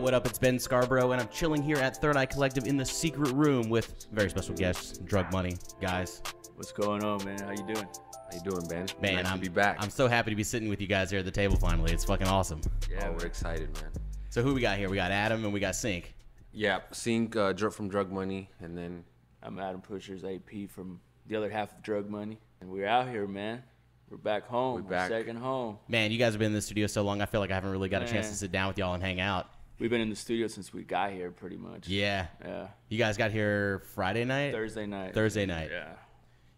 what up? It's Ben Scarborough, and I'm chilling here at Third Eye Collective in the secret room with very special guests, Drug Money guys. What's going on, man? How you doing? How you doing, Ben? Man, nice I'm to be back. I'm so happy to be sitting with you guys here at the table finally. It's fucking awesome. yeah, Yeah, we're man. excited, man. So who we got here? We got Adam and we got Sync. Yeah, seeing uh, Drip from Drug Money, and then I'm Adam Pusher's AP from the other half of Drug Money, and we're out here, man. We're back home. We're our back. Second home. Man, you guys have been in the studio so long. I feel like I haven't really got a chance Man. to sit down with y'all and hang out. We've been in the studio since we got here, pretty much. Yeah, Yeah. you guys got here Friday night, Thursday night. Thursday night. Yeah.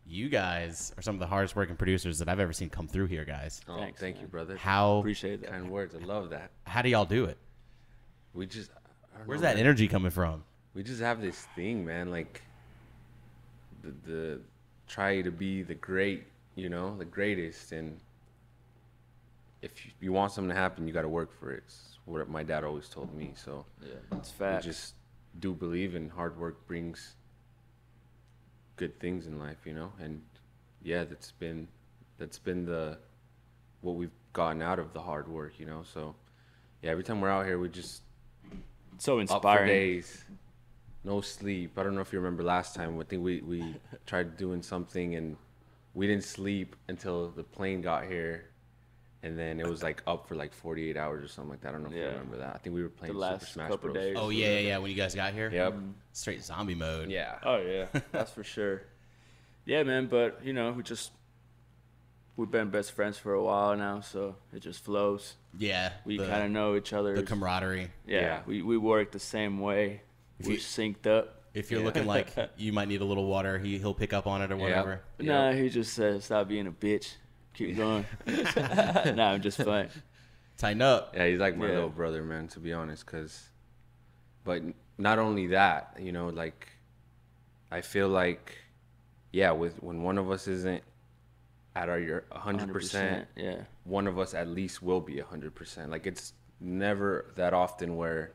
You guys are some of the hardest working producers that I've ever seen come through here, guys. oh, Thanks, thank man. you, brother. How Appreciate that. kind words. I love that. how do y'all do it? We just I don't Where's know, that man. energy coming from? We just have this thing, man. Like the, the try to be the great, you know, the greatest, and if you, you want something to happen, you got to work for it. It's what my dad always told me. So Yeah. It's I fat. just do believe in hard work brings good things in life, you know. And yeah, that's been that's been the what we've gotten out of the hard work, you know. So yeah, every time we're out here, we just so up inspiring. for days, no sleep. I don't know if you remember last time. I think we we tried doing something and we didn't sleep until the plane got here. And then it was like up for like 48 hours or something like that. I don't know if you Yeah. remember that. I think we were playing Super last Smash couple Bros. days. Mm. Oh yeah, yeah, yeah. When you guys got here, Yep. straight zombie mode. Yeah. Oh yeah, that's for sure. Yeah, man. But you know, we just we've been best friends for a while now, so it just flows. yeah. We the- kind of know each other. the camaraderie. yeah, Yeah. we we work the same way. If We're you- synced up. If you're looking like you might need a little water, he he'll pick up on it or whatever. Yep. Nah, he just said, "Stop being a bitch. Keep going." nah, I'm just fine. Tighten up. Yeah, he's like my Yeah. little brother, man, to be honest. Cause, but not only that, you know, like, I feel like, yeah, with when one of us isn't at our your 100%, 100%. Yeah. one of us at least will be 100%. Like, it's never that often where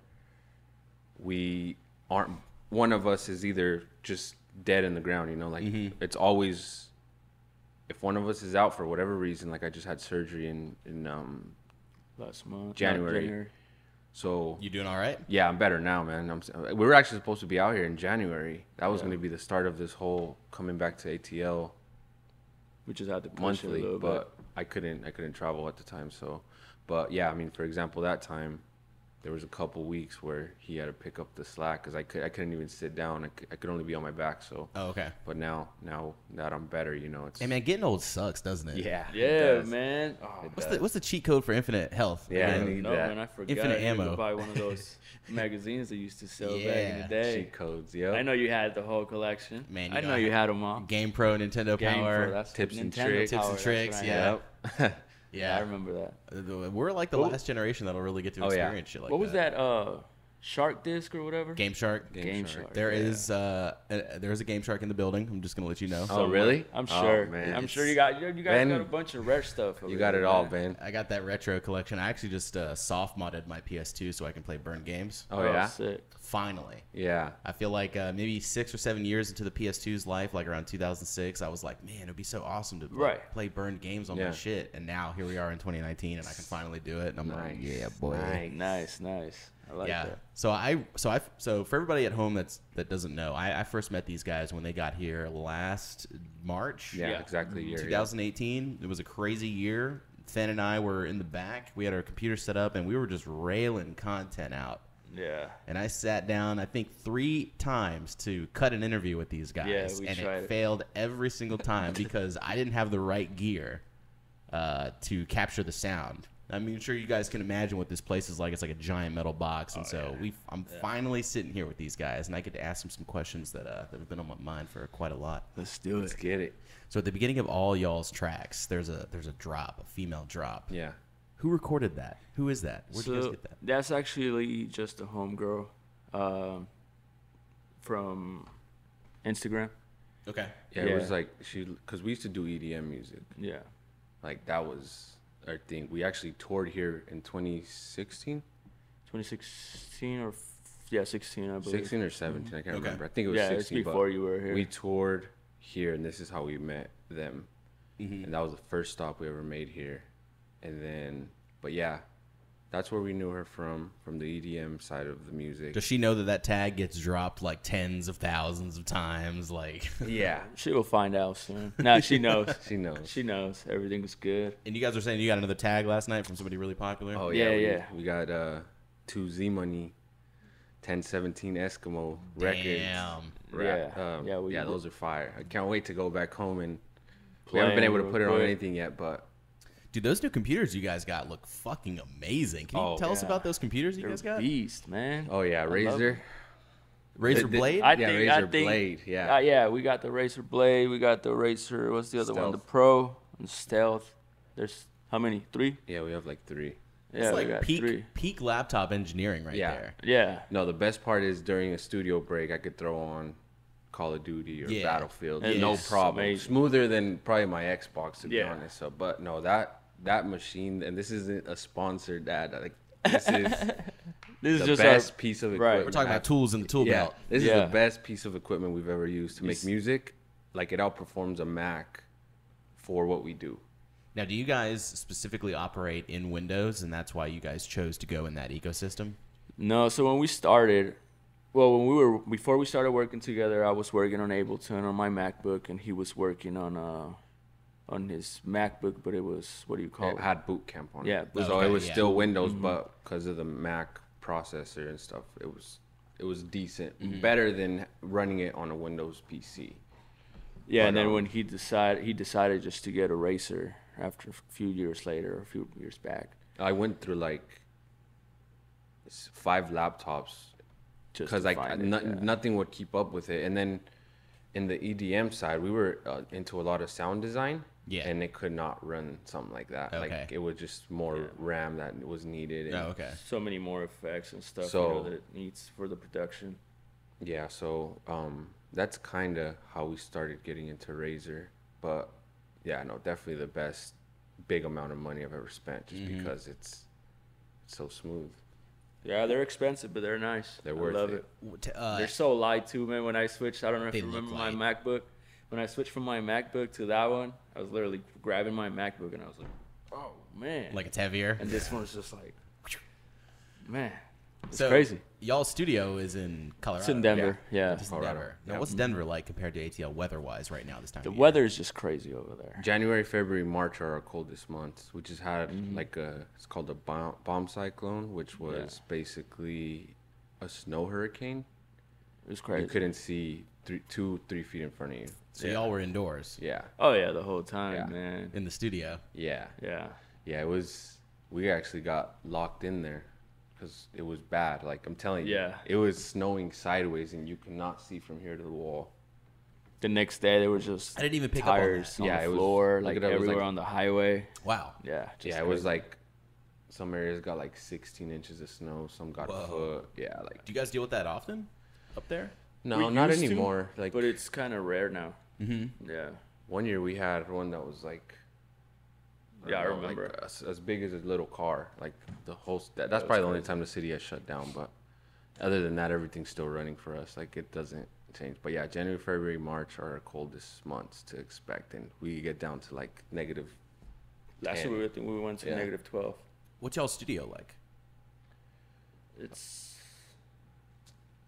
we aren't, one of us is either just dead in the ground, you know, like, it's always if one of us is out for whatever reason, like I just had surgery in in um Last month. not January. so You doing all right? yeah, I'm better now, man. I'm, s- we were actually supposed to be out here in January. That was Yeah. going to be the start of this whole coming back to ATL We just had to push monthly, it a little but I couldn't. I couldn't travel at the time. So, but yeah, I mean, for example, that time there was a couple weeks where he had to pick up the slack because I could. I couldn't even sit down. I could, I could only be on my back. So, Oh, okay. but now, now that I'm better, you know, it's Hey man, getting old sucks, doesn't it? yeah, bit. it Yeah, does. Oh, man. It What's does. the what's the cheat code for infinite health? Yeah, I Again, need No, that. man, I forgot. Infinite I used to ammo. Buy one of those magazines they used to sell back in Yeah. the day. cheat codes? Yeah, I know you had the whole collection. Man, you I know know I you had- had them all. Game Pro, Nintendo Game Power. Pro, that's Tips and Nintendo tricks. Tips and Power, that's tricks, right. yeah. Yep. yeah. I yeah. remember that. We're like the What- last generation that'll really get to Oh, yeah. experience shit like what was that? Uh, Shark Disc or whatever. Game Shark. Game Shark. There is uh, a, there is a Game Shark in the building. I'm just gonna let you know. Oh, really? I'm Oh, sure. man. I'm It's- sure you got you, you guys Ben, got a bunch of rare stuff. over you got there, it all, man. Ben. I got that retro collection. I actually just uh, soft modded my PS2 so I can play burned games. Oh yeah, sick. Finally. yeah. I feel like uh, maybe six or seven years into the PS2's life, like around 2006, I was like, man, it would be so awesome to like, Right. play burned games on my Yeah. shit. And now here we are in 2019, and I can finally do it. And I'm like, Nice. yeah, boy. Nice. Nice, nice. I like yeah. that. So I, so I, so for everybody at home that's that doesn't know, I, I first met these guys when they got here last March. Yeah, Yeah. exactly. Year, yeah. 2018. It was a crazy year. Than and I were in the back. We had our computer set up, and we were just railing content out. Yeah. And I sat down, I think, three times to cut an interview with these guys, Yeah, we and tried it it. failed every single time because I didn't have the right gear uh, to capture the sound. I mean, sure, you guys can imagine what this place is like. It's like a giant metal box, Oh, and so we, I'm finally sitting here with these guys, and I get to ask them some questions that uh, that have been on my mind for quite a lot. Let's do Let's get it. So at the beginning of all y'all's tracks, there's a there's a drop, a female drop. Yeah. Who recorded that? Who is that? Where did you guys So, get that? That's actually just a homegirl um, from Instagram. Okay. yeah. It was Yeah. like she because we used to do EDM music. Yeah. Like that was our thing. We actually toured here in 2016, 2016 or f- yeah, 16 I believe. Mm-hmm. 16 or 17. I can't Okay. remember. I think it was yeah, it's 16. before but you were here. we toured here, and this is how we met them. Mm-hmm. And that was the first stop we ever made here. And then, but yeah, That's where we knew her from, from the EDM side of the music. Does she know that that tag gets dropped like tens of thousands of times? Like, yeah, She will find out soon. No, she knows. she knows. she knows. Everything was good. and you guys were saying you got another tag last night from somebody really popular. oh Yeah, yeah, we, yeah. We got uh, two Z Money, ten seventeen Eskimo records. damn! Rap- Yeah, um, yeah, we- yeah, those are fire. I can't wait to go back home and we Play haven't been them able to real put it on quick. anything yet, but Dude, those new computers you guys got look fucking amazing. Can you Oh, tell us yeah. about those computers you They're guys got? beast, man. oh yeah, Razor. Razor Th- th- Blade. I yeah, think- I Razor think- Blade. Yeah, Uh, yeah, we got the Racer Blade. We got the Racer. What's the other one? The Stealth. Pro and Stealth. There's how many? Three. yeah, we have like three. Yeah, It's we like got peak three. peak laptop engineering right Yeah. there. Yeah, No, the best part is during a studio break, I could throw on Call of Duty or Yeah. Battlefield, It no is problem. amazing. Smoother than probably my Xbox, to Yeah. be honest. So, but no, that that machine, and this isn't a sponsored ad. Like this is this the is just best our, piece of right. equipment. We're talking about tools in the tool yeah, belt. this Yeah. is the best piece of equipment we've ever used to make music. Like it outperforms a Mac for what we do. Now, do you guys specifically operate in Windows, and that's why you guys chose to go in that ecosystem? No, so when we started, well, when we were before we started working together, I was working on Ableton on my MacBook, and he was working on uh, on his MacBoot, but it was what do you call It it? had boot camp on Oh. Yeah, Mm-hmm. it. boot so it camp, was yeah. still Windows, but because of the Mac processor and stuff, it was it was decent, Mm-hmm. better than running it on a Windows PC. Yeah, and But, then um, when he decided he decided just to get a racer after a few years later, a few years back, I went through like s- five laptops just because to like find it, no, yeah. nothing would keep up with it. And then in the EDM side, we were uh, into a lot of sound design. Yeah. And it could not run something like that. Okay. Like it was just more RAM that was needed. and- Oh, okay. so many more effects and stuff you know, So- that it needs for the production. Yeah, so um, that's kind of how we started getting into Razor. But yeah, no, definitely the best big amount of money I've ever spent just Mm-hmm. because it's so smooth. Yeah, they're expensive, but they're nice. They're I worth love it. it. W- t- uh, They're so light too, man. When I switched, I don't know if They you look remember my MacBook. When I switched from my MacBook to that one, I was literally grabbing my MacBook and I was like, "Oh man!" like it's heavier. and this one's just like, man, it's So, crazy. Y'all studio is in Colorado. It's in Denver, yeah. It's in Colorado. Denver. Now, what's Denver like compared to ATL weather-wise right now this time? The of year? weather is just crazy over there. January, February, March are our coldest months. We just had Mm-hmm. like a, it's called a bomb, bomb cyclone, which was basically a snow hurricane. It's You crazy. couldn't see three, two, three feet in front of you. So y'all were indoors Yeah, Oh yeah, the whole time, Yeah. man. in the studio. yeah. Yeah. Yeah, it was. We actually got locked in there because it was bad. Like I'm telling you, Yeah. it was snowing sideways, and you could not see from here to the wall. The next day, there was just I didn't even pick up on tires that. Yeah, the it was- floor, look like it up, it was everywhere like- on the highway. Wow. Yeah, just yeah, it was crazy. like some areas got like 16 inches of snow, some got Whoa. a foot. Yeah, like Do you guys deal with that often up there? no, We not used to, anymore. like but it's kind of rare now. Mm-hmm. Yeah, one year we had one that was like. yeah, I don't know, Oh, like, remember. as, as big as a little car. Like the whole. s- That, that's probably the only time the city has shut down. But other than that, everything's still running for us. Like it doesn't change. But yeah, January, February, March are our coldest months to expect, and we get down to like negative. Last year, we, I think we went to Yeah. negative twelve. What's y'all studio like? It's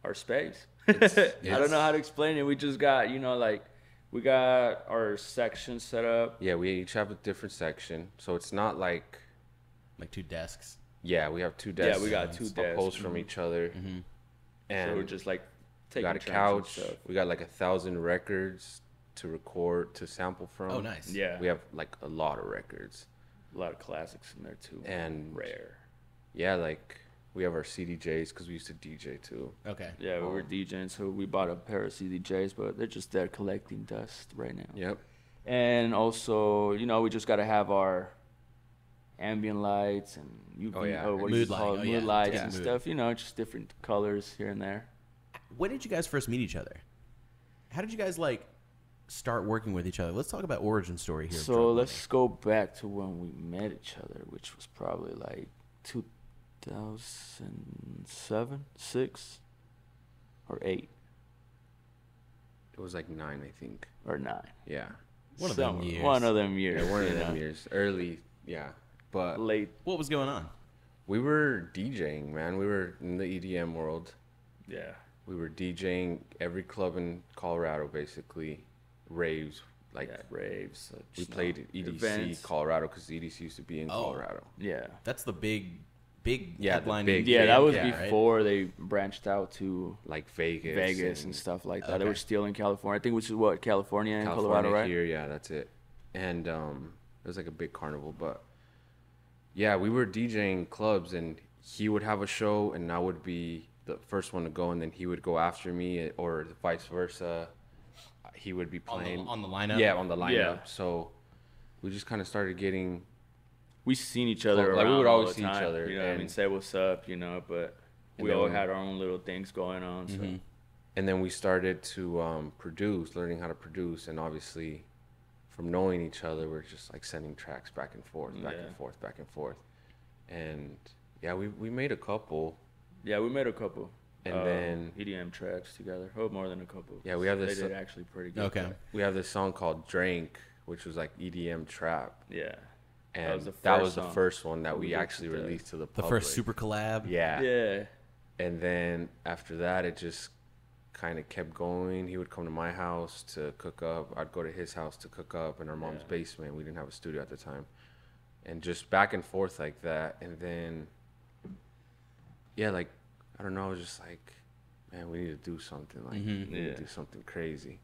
our space. I don't know how to explain it. We just got, you know, like we got our section set up. Yeah, we each have a different section, so it's not like. Like two desks. Yeah, we have two Yeah, desks. we got two desks. Opposed from each other, and so Mm-hmm. we're just like we taking got a turns couch. and stuff. We got like a thousand records to record to sample from. Oh, nice. Yeah, We have like a lot of records. a lot of classics in there too. And- rare. Yeah, like we have our CDJs because we used to DJ too. Okay. Yeah, we were Um, DJing, so we bought a pair of CDJs, but they're just there collecting dust right now. Yep. And also, you know, we just got to have our ambient lights and UV, Oh, yeah. or what do you Mood call lighting. it, Oh, mood yeah. lights Yeah. and Mood. stuff. You know, just different colors here and there. When did you guys first meet each other? How did you guys like start working with each other? Let's talk about origin story here. So let's go back to when we met each other, which was probably like 2007, 6, or 8, It was like nine, I think. or 9. Yeah. One of them Somewhere- years. One of them years. Yeah, one of you them know. years. Early. Yeah. But Late What was going on? We were DJing, man. We were in the EDM world. Yeah. We were DJing every club in Colorado, basically, raves. Like Yeah. Raves. uh, we just, uh, played EDC events. Colorado because EDC used to be in Oh. Colorado. Yeah. That's the big, big Yeah, the headline. big- Yeah, that Vegas, was yeah, right? before they branched out to Like Vegas, Vegas and stuff like that. They were Okay. still in California. I think which is what California and California Colorado, right? here. Yeah, that's it. And um, it was like a big carnival, but yeah, we were DJing clubs, and he would have a show, and I would be the first one to go, and then he would go after me, or vice versa. He would be on the, playing on the lineup. Yeah, on the lineup. Yeah. So we just kind of started getting We seen each other. Like, we around would all always the see each time, other, You know, what I mean, and- say what's up, you know, but And we then Mm-hmm. all we- had our own little things going on. So and then we started to um, produce, learning how to produce, and obviously, from knowing each other, we're just like sending tracks back and forth, back Yeah. and forth, back and forth, and yeah, we we made a couple. yeah, we made a couple. And uh, then- EDM tracks together. Oh, more than a couple. Yeah, we have They this- did actually pretty good. Okay. We have this song called "Drink," which was like EDM trap, Yeah. and that was the first, song one that we we, did actually together. released to the The public. first super collab. yeah. Yeah. and then after that it just kind of kept going he would come to my house to cook up i'd go to his house to cook up in our mom's Yeah. basement we didn't have a studio at the time and just back and forth like that and then yeah like i don't know i was just like man we need to do something like we need Yeah. to do something crazy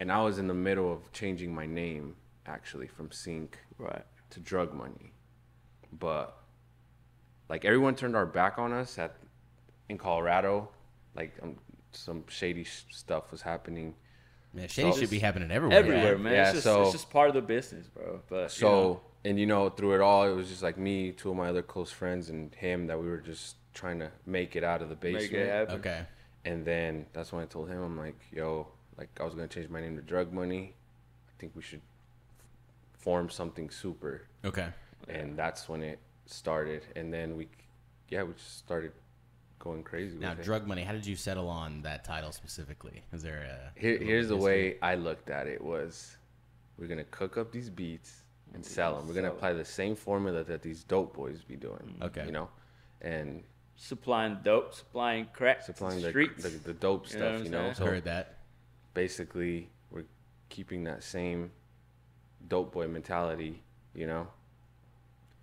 and i was in the middle of changing my name actually from sync Right. to drug money. But like everyone turned our back on us at in Colorado, like um, some shady s stuff was happening. Man, Shady So- should be happening everywhere. Everywhere, man. Yeah, it's, just, so- it's just part of the business, bro. But So and you know through it all, it was just like me, two of my other close friends, and him that we were just trying to make it out of the you know, basement. make it happen. Okay. And then that's when I told him, I'm like, yo, like I was gonna change my name to Drug Money. I think we should form something super. Okay. and that's when it started. And then we, yeah, we just started going crazy. Now, with it. drug money. How did you settle on that title specifically? Is there a Here, little here's the history? way I looked at it was, we're gonna cook up these beats and sell them. We're gonna sell apply the same formula that these dope boys be doing. Mm. Okay. you know, and Supplying dope, supplying crack, supplying to the the, streets. the the dope You know what stuff. I'm You know, saying? so Heard that. basically we're keeping that same dope boy mentality. You know,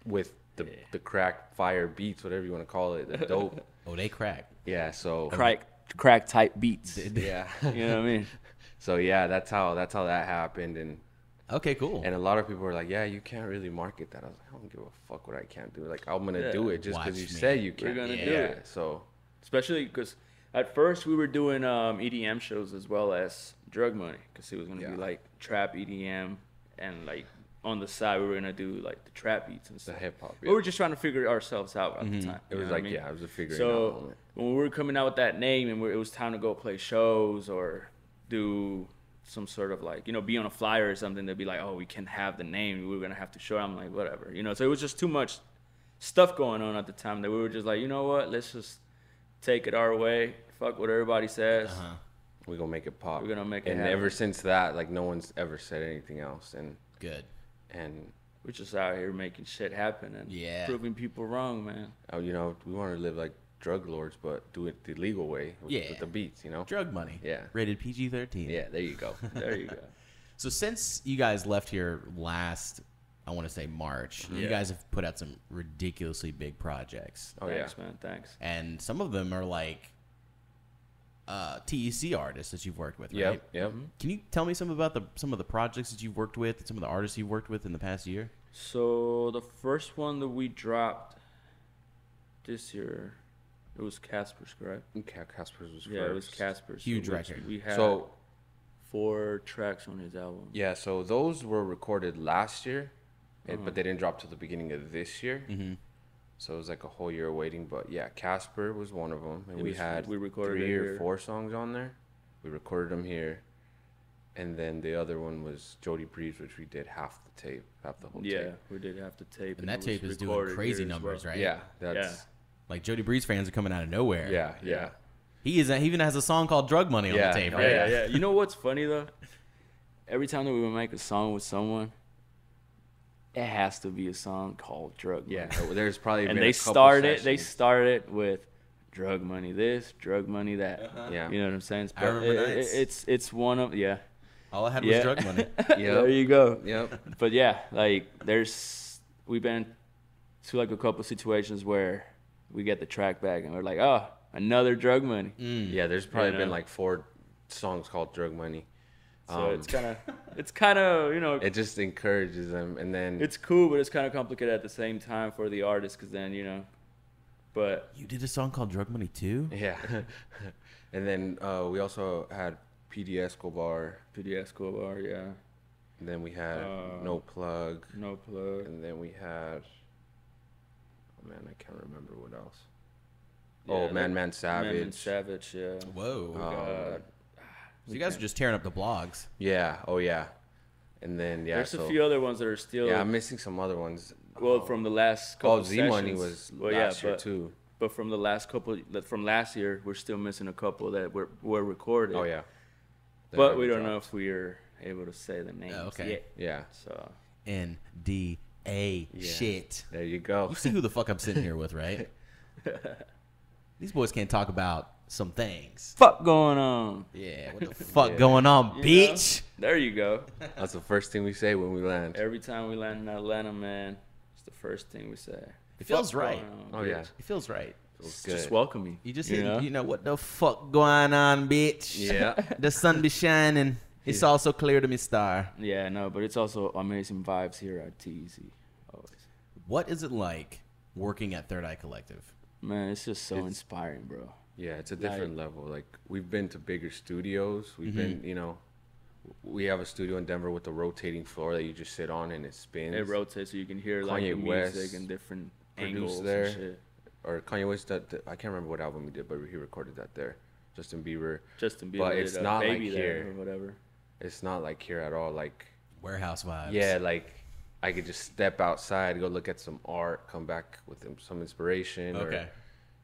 with the Yeah. the crack fire beats, whatever you want to call it, the dope. Oh, they crack. yeah, so crack, crack type beats. yeah. You know what I mean? So yeah, that's how that's how that happened, and Okay, cool. and a lot of people were like, "Yeah, you can't really market that." I was like, "I don't give a fuck what I can't do. Like, I'm gonna Yeah. do it just Watch because you me. said you We're can." gonna yeah. do it. So Especially because at first we were doing um, EDM shows as well as drug money because it was gonna Yeah. be like trap EDM and like on the side we were gonna do like the Mm-hmm. trap beats and the stuff. hip hop. We were just trying to figure ourselves out at the time. It you know was what Oh, I like mean? yeah, it was a figuring out So moment. when we were coming out with that name and we it was time to go play shows or do some sort of like you know be on a flyer or something, they'd be like, "Oh, we can have the name. We were gonna have to show." it." I'm like, whatever, you know. So it was just too much stuff going on at the time that we were just like, you know what? Let's just take it our way. Fuck what everybody says. Uh-huh. We're gonna make it pop. We're gonna make it And happen. ever since that, like, no one's ever said anything else, and Good. and We're just out here making shit happen and Yeah. proving people wrong, man. uh, you know, we want to live like drug lords, but do it the legal way with, Yeah. with the beats, you know. Drug money. Yeah. Rated PG thirteen. Yeah, there you go. There you go. So since you guys left here last, I want to say March, you Yeah. guys have put out some ridiculously big projects, Oh yeah, thanks, man. Thanks. and some of them are like uh, TEC artists that you've worked with, right? yep, yep. Mm-hmm. Can you tell me some about the some of the projects that you've worked with, some of the artists you've worked with in the past year? So the first one that we dropped this year, it was Casper's, correct? Ca- Casper's was Yeah, it was first. Casper's. Huge which record. We had So four tracks on his album. Yeah, so those were recorded last year, and, Uh-huh. but they didn't drop till the beginning of this year. Mm-hmm. So it was like a whole year of waiting. But yeah, Casper was one of them, and It we was- had we recorded three it or here. four songs on there. We recorded them here, and then the other one was Jody Breeze, which we did half the tape, half the whole Yeah, tape. we did have to tape. And that it tape was is doing recorded crazy here as numbers, well. right? yeah, that's Like Jody Breeze fans are coming out of nowhere. yeah, yeah, yeah. Yeah. He is. He even has a song called "Drug Money" on Yeah, the tape, yeah, right? Yeah, yeah. You know what's funny though? Every time that we would make a song with someone, it has to be a song called Drug Money. Yeah, there's probably And been they a couple start it. They sessions. start it with drug money this, drug money that. Yeah. You know what I'm saying? Uh-huh. I remember it- it- nights. it's it's one of yeah. All I had Yeah. was drug money. There you go. Yep. But yeah, like there's we've been to like a couple situations where we get the track back and we're like, oh, another drug money. Mm. Yeah, there's probably You been know? like four songs called Drug Money. So Um, it's kind of it's kind of you know It just encourages them. And then it's cool, but it's kind of complicated at the same time for the artist because then you know, but you did a song called Drug Money too? Yeah. and then uh, we also had PD Escobar. PDS Cool Bar, yeah. And then we had Uh, No Plug. No plug. And then we had. Oh man, I can't remember what else. Yeah, oh, that- Man Man Man Savage. and Savage, yeah. Oh, Whoa. Um, God. so you guys are just tearing up the blogs. yeah. Oh yeah. And then yeah. There's so, a few other ones that are still yeah, I'm missing some other ones. well from the last couple. Oh, Z Money sessions. was Well, yeah, last year but- too. But from the last couple, that- from last year, we're still missing a couple that were were recorded. Oh yeah. They But haven't we don't know dropped. Oh, if we're able to say the names okay. yet. Yeah. So N D A shit. There you go. You see who the fuck I'm sitting here with, right? These boys can't talk about some things. fuck going on. Yeah, what the fuck going on, bitch? There you go. That's the first thing we say when we land. Every time we land in Atlanta, man, it's the first thing we say. It feels Fuck right. going on, Oh bitch. yeah. It feels right. Feels Just good. welcome me. You just you hear, know? you know what the fuck going on, bitch? Yeah. the sun be shining. It's also clear to me, star. Yeah, no, but it's also amazing vibes here at TEC. Always. What is it like working at Third Eye Collective? Man, it's just so inspiring, bro. Yeah, it's a different level. Like we've been to bigger studios. We've been, you know, we have a studio in Denver with a rotating floor that you just sit on and it spins. It rotates so you can hear like Kanye the music West and different produced angles there. and shit. or Kanye West. That, that- I can't remember what album he did, but he recorded that there. Justin Bieber. Justin Bieber But did it's a not like baby there here. or whatever. It's not like here at all. Like Warehouse vibes. yeah, like I could just step outside, go look at some art, come back with some inspiration, or Okay.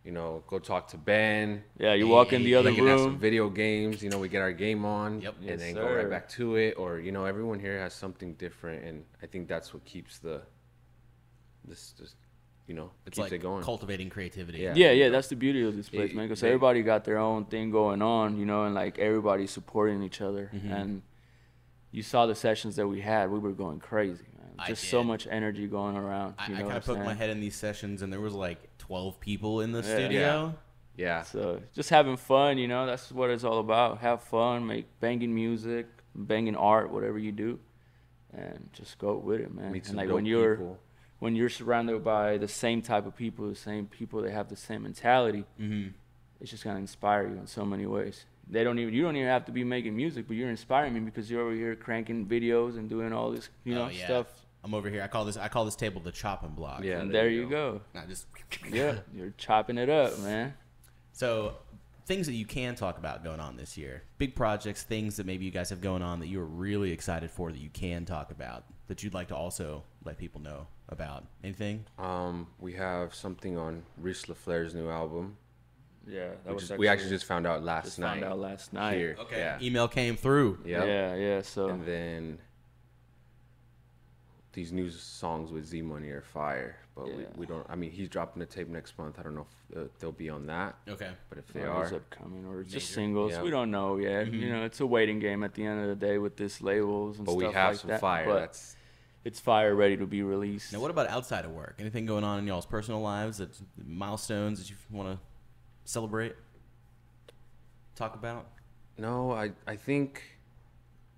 you know, go talk to Ben. Yeah, you walk in the other Looking at some room. video games, you know, we get our game on Yep. and Yes, then go right sir. back to it. Or, you know, everyone here has something different. And I think that's what keeps the, this, this you know, It's keeps like it going. cultivating creativity. Yeah. Yeah, yeah, that's the beauty of this place, It- man. Because they- everybody got their own thing going on, you know, and like everybody's supporting each other. Mm-hmm. And you saw the sessions that we had; we were going crazy, man. I Just so did. much energy going around. I, you know I kind what I'm of poked my saying? head in these sessions, and there was like 12 people in the Yeah. studio. Yeah. So just having fun, you know, that's what it's all about. Have fun, make banging music, banging art, whatever you do, and just go with it, man. Meet and some like dope when you're people. when you're surrounded by the same type of people, the same people that have the same mentality, Mm-hmm. it's just gonna inspire you in so many ways. They don't even you don't even have to be making music, but you're inspiring me because you're over here cranking videos and doing all this, you know, Oh, yeah. stuff. I'm over here. I call this I call this table the chopping block. Yeah. and there there, you you go. Not just Yeah, you're chopping it up, man. So things that you can talk about going on this year. Big projects, things that maybe you guys have going on that you're really excited for that you can talk about that you'd like to also let people know about. Anything? Um, we have something on Reese LaFleur's new album. Yeah, that Which is, we actually just found out last just night. found out last night. Here. Yeah. Email came through. Yep. Yeah, yeah. So And then these new songs with Z Money are fire. But we, Yeah. we don't, I mean, he's dropping a tape next month. I don't know if uh, they'll be on that. Okay. But if they Or are, it's upcoming or it's just Major. singles. Yeah. We don't know yet. You know, it's a waiting game at the end of the day with this labels and but stuff we have like some that. fire. But That's it's fire ready to be released. Now, what about outside of work? Anything going on in y'all's personal lives that milestones that you want to celebrate? Talk about? No, I I think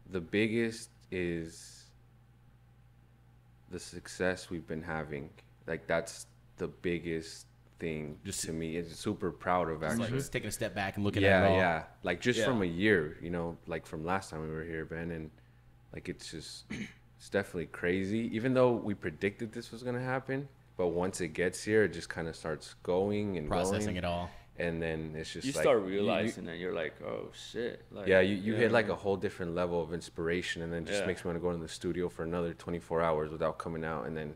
the biggest is the success we've been having. Like that's the biggest thing Just- to me. It's super proud of It's actually. like just taking a step back and looking at yeah, it all. yeah. Like just Yeah. from a year, you know, like from last time we were here, Ben, and like it's just it's definitely crazy. Even though we predicted this was gonna happen, but once it gets here, it just kind of starts going and Processing going, it all. and then it's just you like, start you- you- realizing that you're like, oh shit. Like, yeah, you, you hit like a whole different level of inspiration, and then just Yeah. makes me want to go in the studio for another 24 hours without coming out, and then,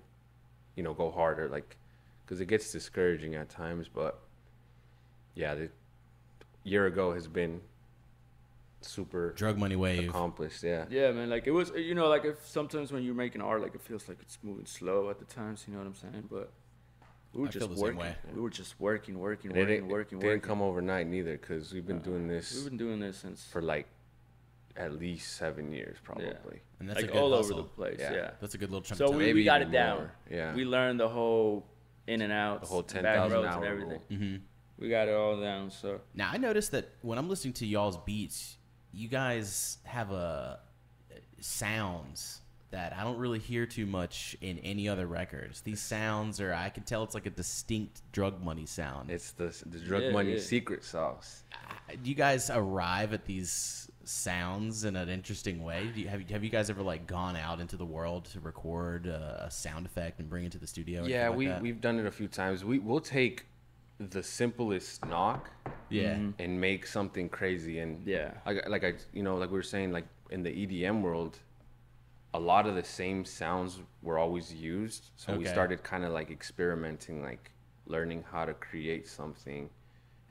you know, go harder, like, because it gets discouraging at times. But yeah, the year ago has been super Drug money wave. accomplished. Yeah. Yeah, man. Like it was, you know, like if sometimes when you're making art, like it feels like it's moving slow at the times. You know what I'm saying? But we were I feel just the same working. way. We were just working, working, And it working, didn't, working, didn't working. come overnight neither, because we've been doing this We've been doing this since for like at least seven years, probably. And that's like a good all hustle. over the place. Yeah. Yeah. That's a good little chunk So of time. we, Maybe we got even it down. more, yeah. We learned the whole in and out, The whole ten back thousand roads and hour everything. rule. Mm-hmm. We got it all down. So Now I noticed that when I'm listening to y'all's beats, you guys have a sounds that I don't really hear too much in any other records. These sounds are I can tell it's like a distinct drug money sound. It's the the drug Yeah, money yeah. secret sauce. Do you guys arrive at these sounds in an interesting way? Do you, have you have you guys ever like gone out into the world to record uh, a, a sound effect and bring it to the studio? or Yeah, anything like we that? we've done it a few times. We we'll take the simplest knock yeah. and make something crazy and Yeah. like like I you know like we were saying like in the EDM world, a lot of the same sounds were always used. So we Okay. started kind of like experimenting, like learning how to create something,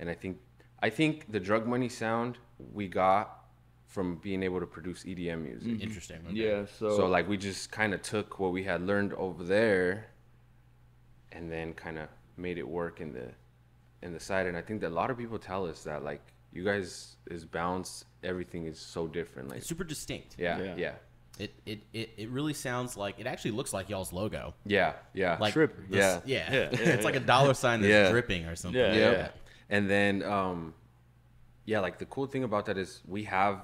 and I think I think the drug money sound we got from being able to produce EDM music. Interesting. okay. yeah, so, So like we just kind of took what we had learned over there, and then kind of made it work in the in the side. And I think that a lot of people tell us that like you guys is balanced. Everything is so different. Like It's super distinct. yeah, yeah, Yeah. yeah, It, it it it really sounds like it actually looks like y'all's logo. yeah, yeah. like Trip. Yeah. yeah, yeah, it's like a dollar sign that's Yeah. dripping or something. Yeah. And then um, yeah. Like the cool thing about that is we have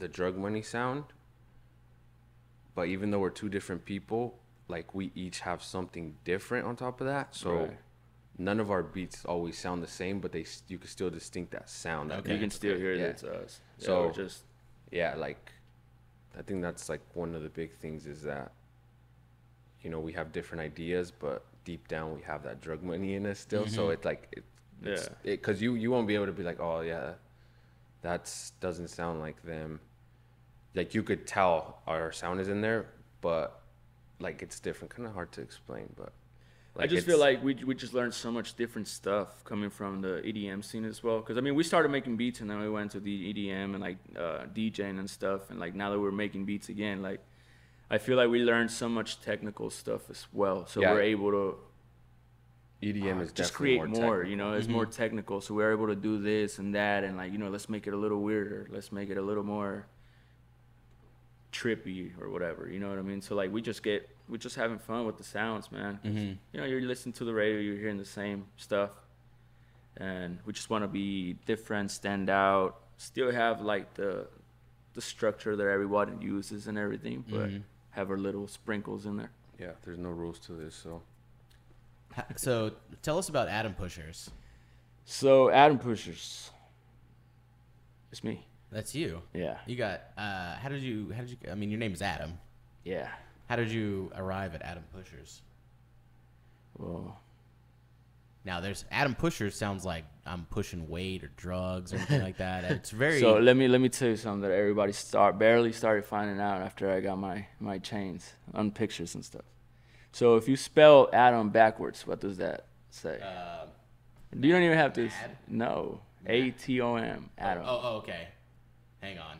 the drug money sound, but even though we're two different people, like we each have something different on top of that. So Right. none of our beats always sound the same, but they s- you can still distinct that sound. that Okay. you beat. can still hear Yeah. that it's us. Yeah, So- we're just yeah, like I think that's like one of the big things is that you know we have different ideas, but deep down we have that drug money in us still. Mm-hmm. So it's like it, it's, yeah, because you you won't be able to be like, oh yeah, that's doesn't sound like them. Like you could tell our sound is in there, but like it's different. Kind of hard to explain, but I just feel it's- like we we just learned so much different stuff coming from the EDM scene as well. Because I mean, we started making beats and then we went to the EDM and like uh, DJing and stuff. And like now that we're making beats again, like I feel like we learned so much technical stuff as well. So Yeah. we're able to EDM E is just just create more. more, technical. you know, it's more technical. So we're able to do this and that, and like you know, let's make it a little weirder. Let's make it a little more trippy or whatever. You know what I mean? So like we just get we're just having fun with the sounds, man. 'Cause, You know, you're listening to the radio, you're hearing the same stuff, and we just want to be different, stand out, still have like the the structure that everyone uses and everything, but have our little sprinkles in there. Yeah, there's no rules to this, so Ha- So tell us about Atom Pushers. So Adam Pushers, it's me. That's you. Yeah. You got. Uh, how did you? How did you? I mean, your name is Adam. Yeah. How did you arrive at Adam Pushers? Well, Now, there's Adam Pushers sounds like I'm pushing weight or drugs or anything like that. It's very. so let me let me tell you something that everybody start barely started finding out after I got my my chains on pictures and stuff. So if you spell Adam backwards, what does that say? uh, you don't even have to. s- mad? No. A T O M. Adam. oh, oh, okay. Hang on.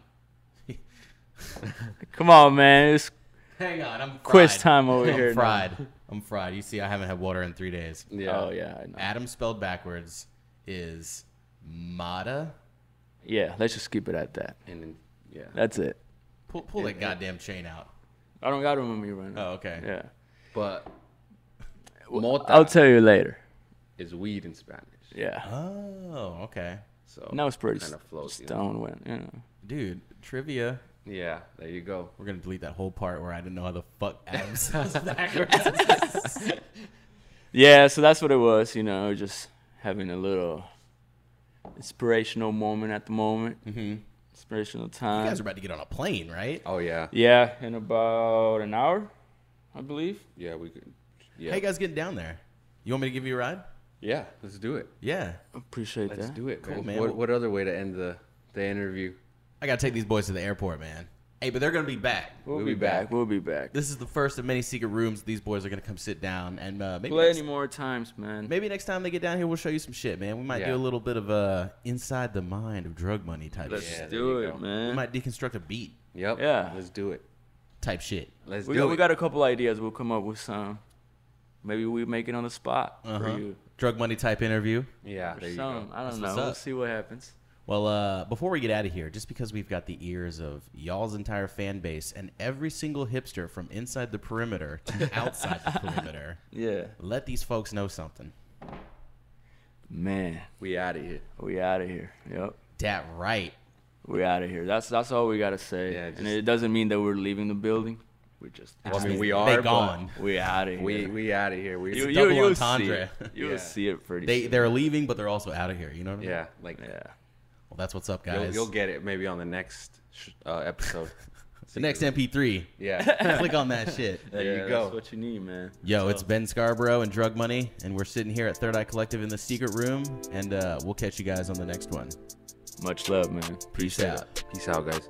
Come on, man. It's Hang on. I'm fried. Quiz time over I'm here now. Fried. I'm fried. You see, I haven't had water in three days. yeah. Oh yeah. I know. Adam spelled backwards is Mata. Yeah. Let's just keep it at that. And then yeah, That's it. Pull, pull that goddamn chain out. I don't got it on me right now. Oh, okay. Yeah. but I'll mota tell you later. is weed in Spanish. Yeah. Oh, okay. So Now it's pretty kind of flows. You know? stone went. You know. Dude, trivia. Yeah, there you go. We're gonna delete that whole part where I didn't know how the fuck Adam sounds backwards. Yeah, so that's what it was, you know, just having a little inspirational moment at the moment. Mm-hmm. Inspirational you time. guys are about to get on a plane, right? Oh yeah, yeah, in about an hour, I believe. yeah we could. How Yeah, you guys getting down there? You want me to give you a ride? yeah. Let's do it. Yeah. Appreciate Let's that. do it, Cool, man. man. What, what other way to end the the interview? I gotta take these boys to the airport, man. Hey, but they're gonna be back. We'll, be, back. We'll be back. This is the first of many secret rooms. These boys are gonna come sit down and uh, maybe Play next, any more times, man. maybe next time they get down here, we'll show you some shit, man. We might Yeah. do a little bit of uh, inside the mind of drug money type Let's shit. Yeah, there do you it, go. We man. might deconstruct a beat Yep. Yeah. Let's do it. type shit. Let's we, do got, it. we got a couple ideas. We'll come up with some. Maybe we make it on the spot Uh-huh. for you. Drug money type interview. yeah. Or There you some. go. I That's don't what's know. We'll up. see what happens. Well, uh, before we get out of here, just because we've got the ears of y'all's entire fan base and every single hipster from inside the perimeter to outside the perimeter, Yeah. let these folks know something. Man, We out of here. we out of here. Yep. Dat right. We out of here. That's that's all we gotta say. Yeah, and just- it doesn't mean that we're leaving the building. We're just Well, I mean, Just we they are, but gone. we out of here. We we out of here. We you, double you, you'll see entendre. it. You'll Yeah. see it pretty They soon. they're leaving, but they're also out of here. You know what I mean? yeah. Like Yeah. Well, that's what's up, you'll, guys. you'll get it maybe on the next sh- uh, episode. the next MP3. Yeah. Click on that shit. There you That's go. what you need, man. Yo, it's Ben Scarborough and Drug Money, and we're sitting here at Third Eye Collective in the secret room, and uh, we'll catch you guys on the next one. Much love, man. Peace out. Peace out, guys.